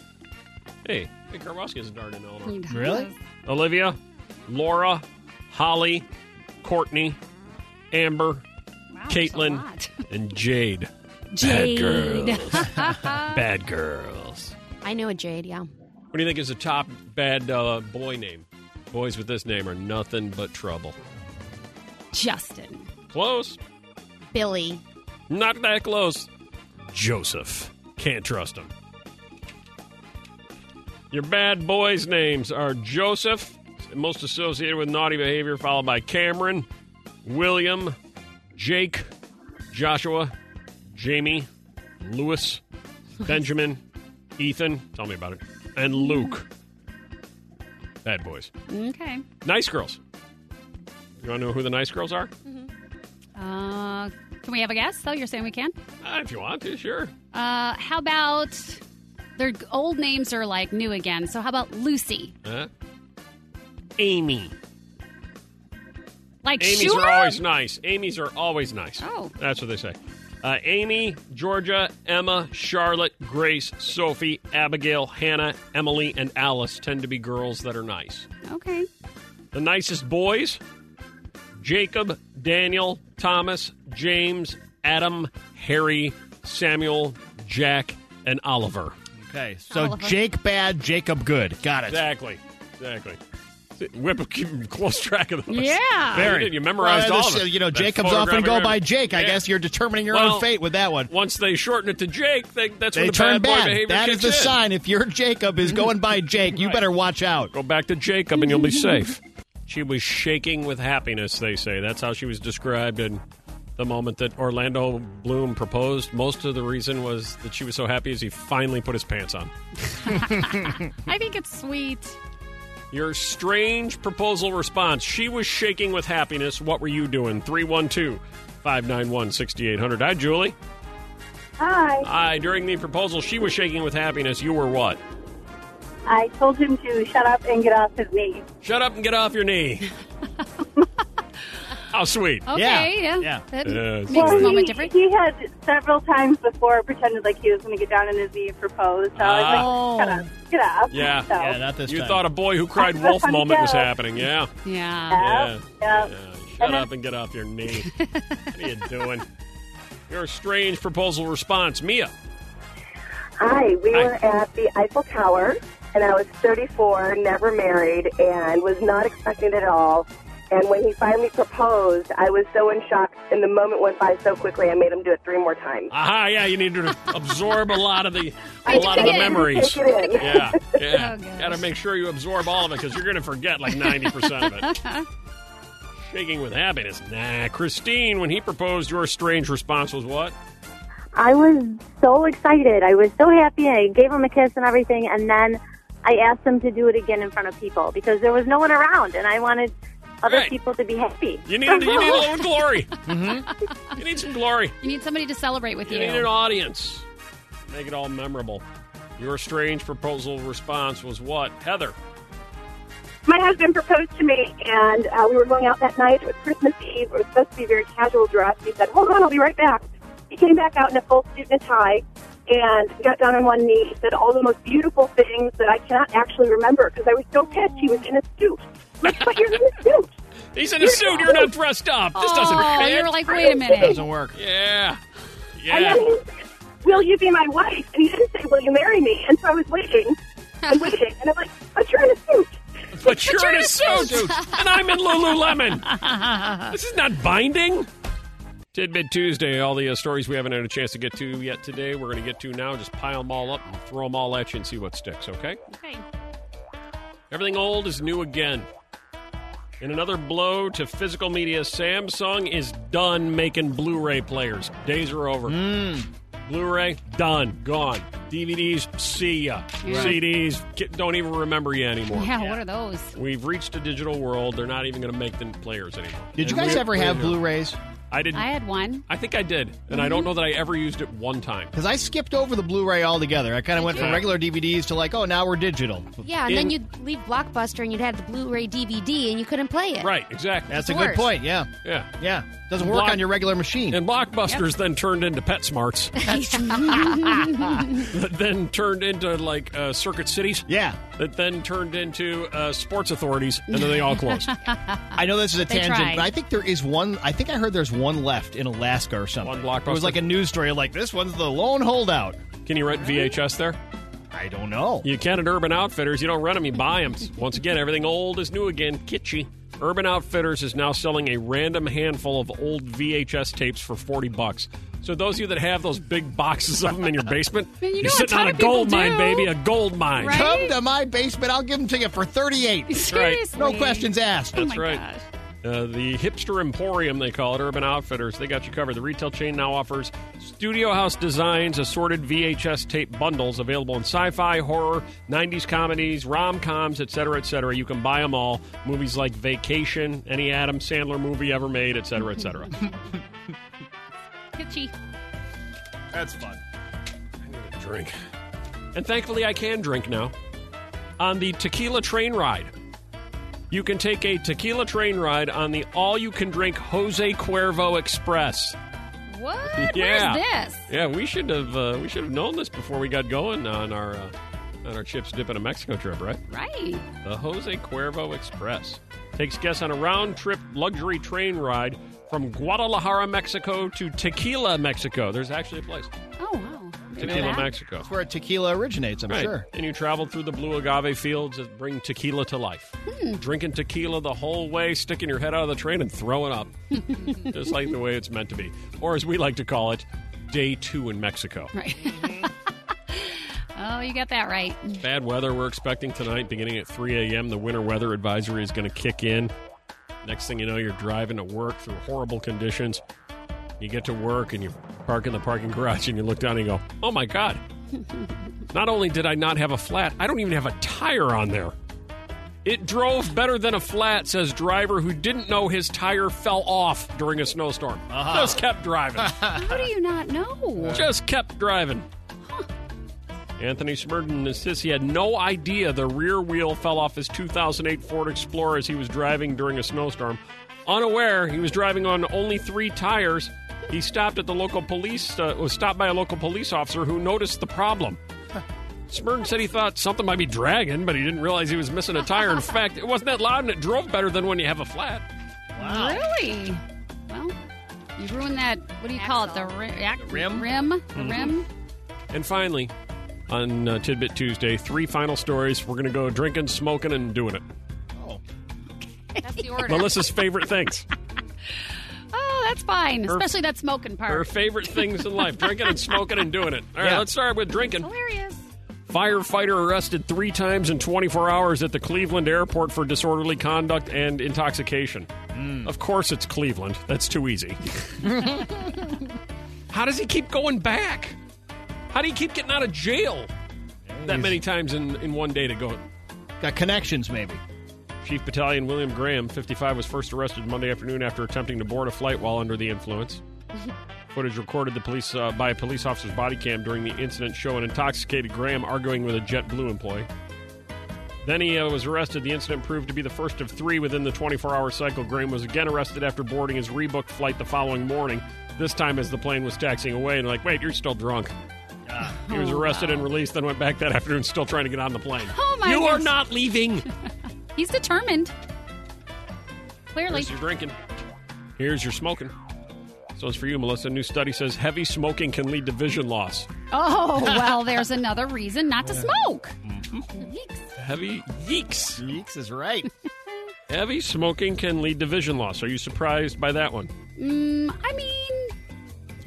A: Hey, hey, Karwowski has a daughter named Eleanor.
E: Really?
A: Olivia, Laura, Holly, Courtney, Amber,
D: Wow, there's a
A: Caitlin,
D: lot.
A: and Jade.
D: Jade.
A: Bad girls.
F: I knew a Jade, yeah.
A: What do you think is the top bad uh, boy name? Boys with this name are nothing but trouble.
D: Justin.
A: Close.
F: Billy.
A: Not that close. Joseph. Can't trust him. Your bad boys' names are Joseph, most associated with naughty behavior, followed by Cameron, William, Jake, Joshua, Jamie, Lewis, Benjamin, Ethan. Tell me about it. And Luke. Bad boys.
F: Hmm?
D: Okay.
A: Nice girls. You want to know who the nice girls are?
D: Uh, can we have a guess? So you're saying we can?
A: Uh, if you want to, sure.
D: Uh, how about their old names are like new again? So how about Lucy?
A: Huh? Amy.
D: Like
A: Amy's
D: sure?
A: are always nice. Amy's are always nice.
D: Oh.
A: That's what they say. Uh, Amy, Georgia, Emma, Charlotte, Grace, Sophie, Abigail, Hannah, Emily, and Alice tend to be girls that are nice.
D: Okay.
A: The nicest boys Jacob, Daniel, Thomas, James, Adam, Harry, Samuel, Jack, and Oliver.
E: Okay, so Jake bad, Jacob good. Got it.
A: Exactly. Exactly. Whip keep close track of those.
D: Yeah.
A: Very. You, did. you memorized
E: Well,
A: all
E: this-
A: of them.
E: You know,
A: That
E: Jacob's off and go
A: photographic-
E: by Jake. I
A: Yeah.
E: guess you're determining your
A: Well,
E: own fate with that one.
A: Once they shorten it to Jake, they, that's
E: They
A: when the
E: turn
A: bad boy
E: bad.
A: behavior
E: That is
A: kicks
E: the
A: in.
E: sign. If your Jacob is going by Jake, you better watch out.
A: Go back to Jacob and you'll be safe. She was shaking with happiness, they say. That's how she was described in the moment that Orlando Bloom proposed. Most of the reason was that she was so happy as he finally put his pants on.
D: I think it's sweet.
A: Your strange proposal response. She was shaking with happiness. What were you doing? 312 591 6800. Hi, Julie.
K: Hi.
A: Hi. During the proposal, she was shaking with happiness. You were what?
K: I told him to shut up and get off his knee.
A: Shut up and get off your knee. How sweet.
E: Oh,
D: Okay,
E: Yeah.
D: yeah.
E: Yeah.
D: That
A: Yeah,
D: makes
A: it's
D: a
A: great.
D: moment
K: he,
D: different.
K: he had several times before pretended like he was going to get down on his knee and propose. So I was like, shut up, get up.
A: Ah, Yeah.
K: So,
E: Yeah, not this
A: You
E: time.
A: thought a boy who cried
K: That's
A: wolf
K: funny,
A: moment was
K: yeah.
A: happening. Yeah.
D: Yeah.
A: Yeah.
K: yeah, yeah.
A: Yeah, Shut up and get off your knee. what are you doing? Your strange proposal response, Mia.
H: Hi, we
A: Hi.
H: were at the Eiffel Tower, and I was 34, never married, and was not expecting it at all. And when he finally proposed, I was so in shock, and the moment went by so quickly, I made him do it three more times.
A: Aha! Yeah, you need to absorb a lot of the
H: I
A: a lot of the
H: did.
A: memories.
H: Take it in.
A: Yeah, yeah.
D: Oh, gosh.
A: Got to make sure you absorb all of it because you're going to forget like ninety percent of it. Shaking with happiness. Nah, Christine. When he proposed, your strange response was what?
K: I was so excited. I was so happy. I gave him a kiss and everything. And then I asked him to do it again in front of people because there was no one around, and I wanted other
A: Right.
K: people to be happy.
A: You need you need a little glory. You need some glory.
D: You need somebody to celebrate with
A: You
D: you.
A: need an audience. Make it all memorable. Your strange proposal response was what? Heather.
H: My husband proposed to me, and uh, we were going out that night. It was Christmas Eve. It was supposed to be very casual dress. He said, "Hold on, I'll be right back." He came back out in a full suit and tie, and got down on one knee. He said all the most beautiful things that I cannot actually remember because I was so pissed he was in a suit. Like, but you're in a suit.
A: He's in a suit. You're not dressed up. This doesn't
D: Oh,
A: fit.
D: you're like, wait a minute.
E: Doesn't work.
A: yeah.
H: And
A: Yeah.
H: then he said, "Will you be my wife?" And he didn't say, "Will you marry me?" And so I was waiting and waiting, and I'm like, "But you're in a suit."
A: But you're in a suit, and I'm in Lululemon. this is not binding. Tidbit Tuesday. All the uh, stories we haven't had a chance to get to yet today, we're going to get to now. Just pile them all up and throw them all at you and see what sticks. Okay.
D: Okay.
A: Everything old is new again. In another blow to physical media, Samsung is done making Blu ray players. Days are over. Blu ray, done, gone. DVDs, see ya. CDs, ki- don't even remember you anymore.
D: Yeah, what are those?
A: We've reached a digital world. They're not even going to make them players anymore.
E: Did you guys
A: We-
E: ever
A: we
E: have
A: know.
E: Blu-rays?
A: I didn't.
D: I
A: I,
D: had one.
A: think I did. And I don't know that I ever used it one time.
E: Because I skipped over the Blu-ray altogether. I kind of went from
A: you?
E: regular DVDs to like, oh, now we're digital.
F: Yeah, and then
A: In-
F: you'd leave Blockbuster and you'd have the Blu-ray DVD and you couldn't play it.
A: Right, exactly.
E: That's a
F: It's
E: good
F: worse.
E: point. Yeah,
A: yeah.
E: yeah. Doesn't work
A: Block-
E: on your regular machine.
A: And Blockbusters then turned into PetSmarts. that then turned into like uh, Circuit Cities.
E: yeah,
A: That then turned into uh, Sports Authorities, and then they all closed.
E: I know this is a
D: They
E: tangent,
D: tried.
E: but I think there is one. I think I heard there's one left in Alaska or something.
A: One Blockbuster?
E: It was like a news story, like this one's the lone holdout.
A: Can you rent VHS there?
E: I don't know.
A: You can at Urban Outfitters. You don't rent them, you buy them. Once again, everything old is new again, kitschy. Urban Outfitters is now selling a random handful of old VHS tapes for 40 bucks. So those of you that have those big boxes of them in your basement,
D: Man, you
A: are
D: know a
A: sitting
D: ton
A: on a
D: of people
A: gold mine,
D: do.
A: baby, a gold mine.
D: Right?
E: Come to my basement. I'll give them to you for thirty-eight.
A: right.
D: Seriously.
E: No questions asked.
D: Oh
A: That's
D: my
A: right.
D: gosh.
A: Uh, the hipster emporium they call it urban outfitters they got you covered the retail chain now offers studio house designs assorted vhs tape bundles available in sci-fi horror 90s comedies rom-coms etc etc you can buy them all movies like vacation any adam sandler movie ever made etc etc
D: Kitschy.
E: That's fun.
A: drink and thankfully i can drink now on the tequila train ride you can take a tequila train ride on the all you can drink jose cuervo express
D: What?
A: Yeah.
D: Where's this?
A: Yeah, we should have uh, we should have known this before we got going on our uh, on our chips dip in a Mexico trip, right?
D: Right.
A: The Jose Cuervo Express takes guests on a round trip luxury train ride from Guadalajara, Mexico to Tequila, Mexico. There's actually a place.
D: Oh wow. Didn't know
A: Tequila,
D: that.
A: Mexico.
E: That's where tequila originates, I'm
A: Right.
E: sure.
A: And you travel through the blue agave fields that bring tequila to life.
D: Hmm.
A: Drinking tequila the whole way, sticking your head out of the train and throwing up. Just like the way it's meant to be. Or as we like to call it, day two in Mexico.
D: Right. oh, you got that right.
A: Bad weather we're expecting tonight, beginning at 3 a.m. The winter weather advisory is going to kick in. Next thing you know, you're driving to work through horrible conditions. You get to work and you park in the parking garage and you look down and you go, oh my God. Not only did I not have a flat, I don't even have a tire on there. It drove better than a flat, says driver who didn't know his tire fell off during a snowstorm. Just kept driving.
D: How do you not know?
A: Just kept driving. Anthony Smurden insists he had no idea the rear wheel fell off his 2008 Ford Explorer as he was driving during a snowstorm. Unaware, he was driving on only three tires. He stopped at the local police uh, was stopped by a local police officer who noticed the problem. Smurden said he thought something might be dragging, but he didn't realize he was missing a tire. In fact, it wasn't that loud and it drove better than when you have a flat.
D: Really? Well, you ruined that. What do you call it? The, ri- ac-
E: rim?
D: Rim. The rim.
A: And finally, on uh, Tidbit Tuesday, three final stories. We're going to go drinking, smoking, and doing it.
D: That's the order.
A: Melissa's favorite things.
D: Oh, that's fine.
A: Her-
D: Especially that smoking part.
A: Her favorite things in life drinking and smoking and doing it. All right,
E: Yeah.
A: let's start with drinking.
D: Hilarious.
A: Firefighter arrested three times in 24 hours at the Cleveland airport for disorderly conduct and intoxication. Of course, it's Cleveland. That's too easy. How does he keep going back? How do you keep getting out of jail that many times in, in one day to go?
E: Got connections, maybe.
A: Chief Battalion William Graham, 55, was first arrested Monday afternoon after attempting to board a flight while under the influence. Footage recorded the police uh, by a police officer's body cam during the incident show an intoxicated Graham arguing with a JetBlue employee. Then he uh, was arrested. The incident proved to be the first of three within the 24-hour cycle. Graham was again arrested after boarding his rebooked flight the following morning. This time, as the plane was taxiing away, and like, wait, you're still drunk. He was arrested and released, then went back that afternoon, still trying to get on the plane.
D: Oh, my
A: You are
D: goodness.
A: not leaving.
D: He's determined. Clearly.
A: Here's your drinking. Here's your smoking. So it's for you, Melissa. A new study says heavy smoking can lead to vision loss.
D: Oh, well, there's another reason not to smoke.
A: Heavy yeeks.
E: Yeeks is right.
A: Heavy smoking can lead to vision loss. Are you surprised by that one?
D: Mm, I mean,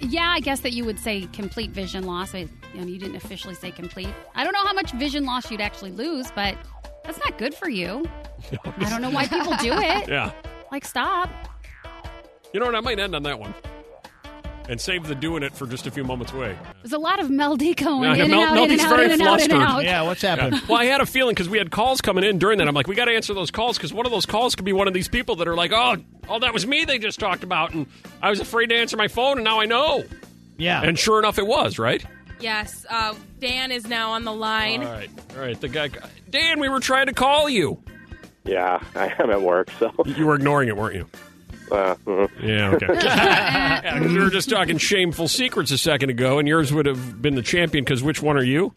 D: yeah, I guess that you would say complete vision loss. I, you, know, you didn't officially say complete. I don't know how much vision loss you'd actually lose, but that's not good for you. I don't know why people do it.
A: Yeah.
D: Like, stop.
A: You know what? I might end on that one and save the doing it for just a few moments away.
D: There's a lot of Mel D
A: Yeah,
D: going in and
A: Mel-
D: out,
A: Mel
D: in and
A: D's
D: out,
A: very
D: in and out, in and
A: flustered.
D: out.
E: Yeah, what's
A: Yeah.
E: happened?
A: well, I had a feeling because we had calls coming in during that. I'm like, we got to answer those calls because one of those calls could be one of these people that are like, oh, oh, that was me they just talked about, and I was afraid to answer my phone, and now I know.
E: Yeah.
A: And sure enough, it was right.
I: Yes, uh, Dan is now on the line.
A: All right, all right. The guy, Dan, we were trying to call you.
J: Yeah, I am at work, so.
A: You were ignoring it, weren't you?
J: Uh, mm.
A: Yeah, okay. yeah, 'cause we were just talking shameful secrets a second ago, and yours would have been the champion. Because which one are you?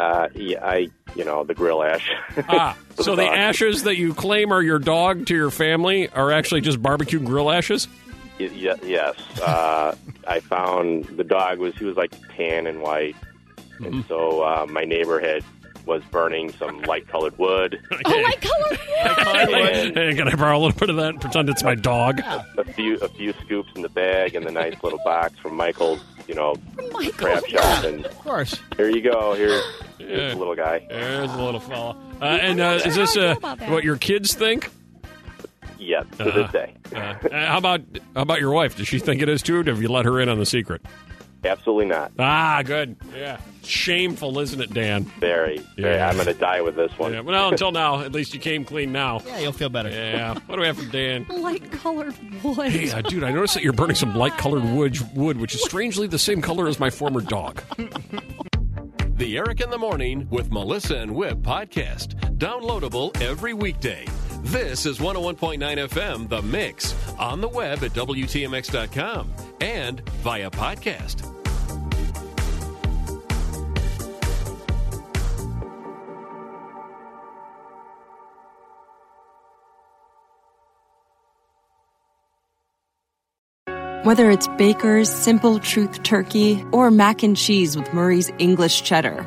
J: Uh, yeah, I, you know, the grill ash.
A: Ah,
J: For
A: so the
J: dog.
A: ashes that you claim are your dog to your family are actually just barbecue and grill ashes.
J: Y- ye- yes. Uh, I found the dog was, he was like tan and white.
A: Hmm.
J: And so uh, my neighbor had, was burning some light colored wood,
D: Oh, my color.
A: hey, hey, can I borrow a little bit of that? and Pretend it's my dog.
J: a few, a few scoops in the bag, and the nice little box from Michael's, you know, crab shop. And
E: Of course.
J: here you go. Here, here's
A: Yeah.
J: the little guy.
A: There's a little fella. Uh, and uh,
D: sure
A: is this
D: how I feel
A: uh,
D: about that.
A: what your kids think?
J: Yes, to this day.
A: Uh, uh, how about how about your wife? Does she think it is too? Or have you let her in on the secret?
J: Absolutely not.
A: Ah, good. Yeah, shameful, isn't it, Dan?
J: Very. very
A: Yeah.
J: I'm going to die with this one.
A: Yeah, well, until now, at least you came clean now.
E: Yeah, you'll feel better.
A: Yeah. What do we have from Dan?
D: Light colored wood.
A: Hey, uh, dude, I noticed that you're burning some light colored wood, wood, which is strangely the same color as my former dog.
B: The Eric in the Morning with Melissa and Whip podcast. Downloadable every weekday. oh This is 101.9 FM, The Mix, on the web at WTMX.com
N: and via podcast.
G: Whether it's Baker's Simple Truth Turkey or mac and cheese with Murray's English Cheddar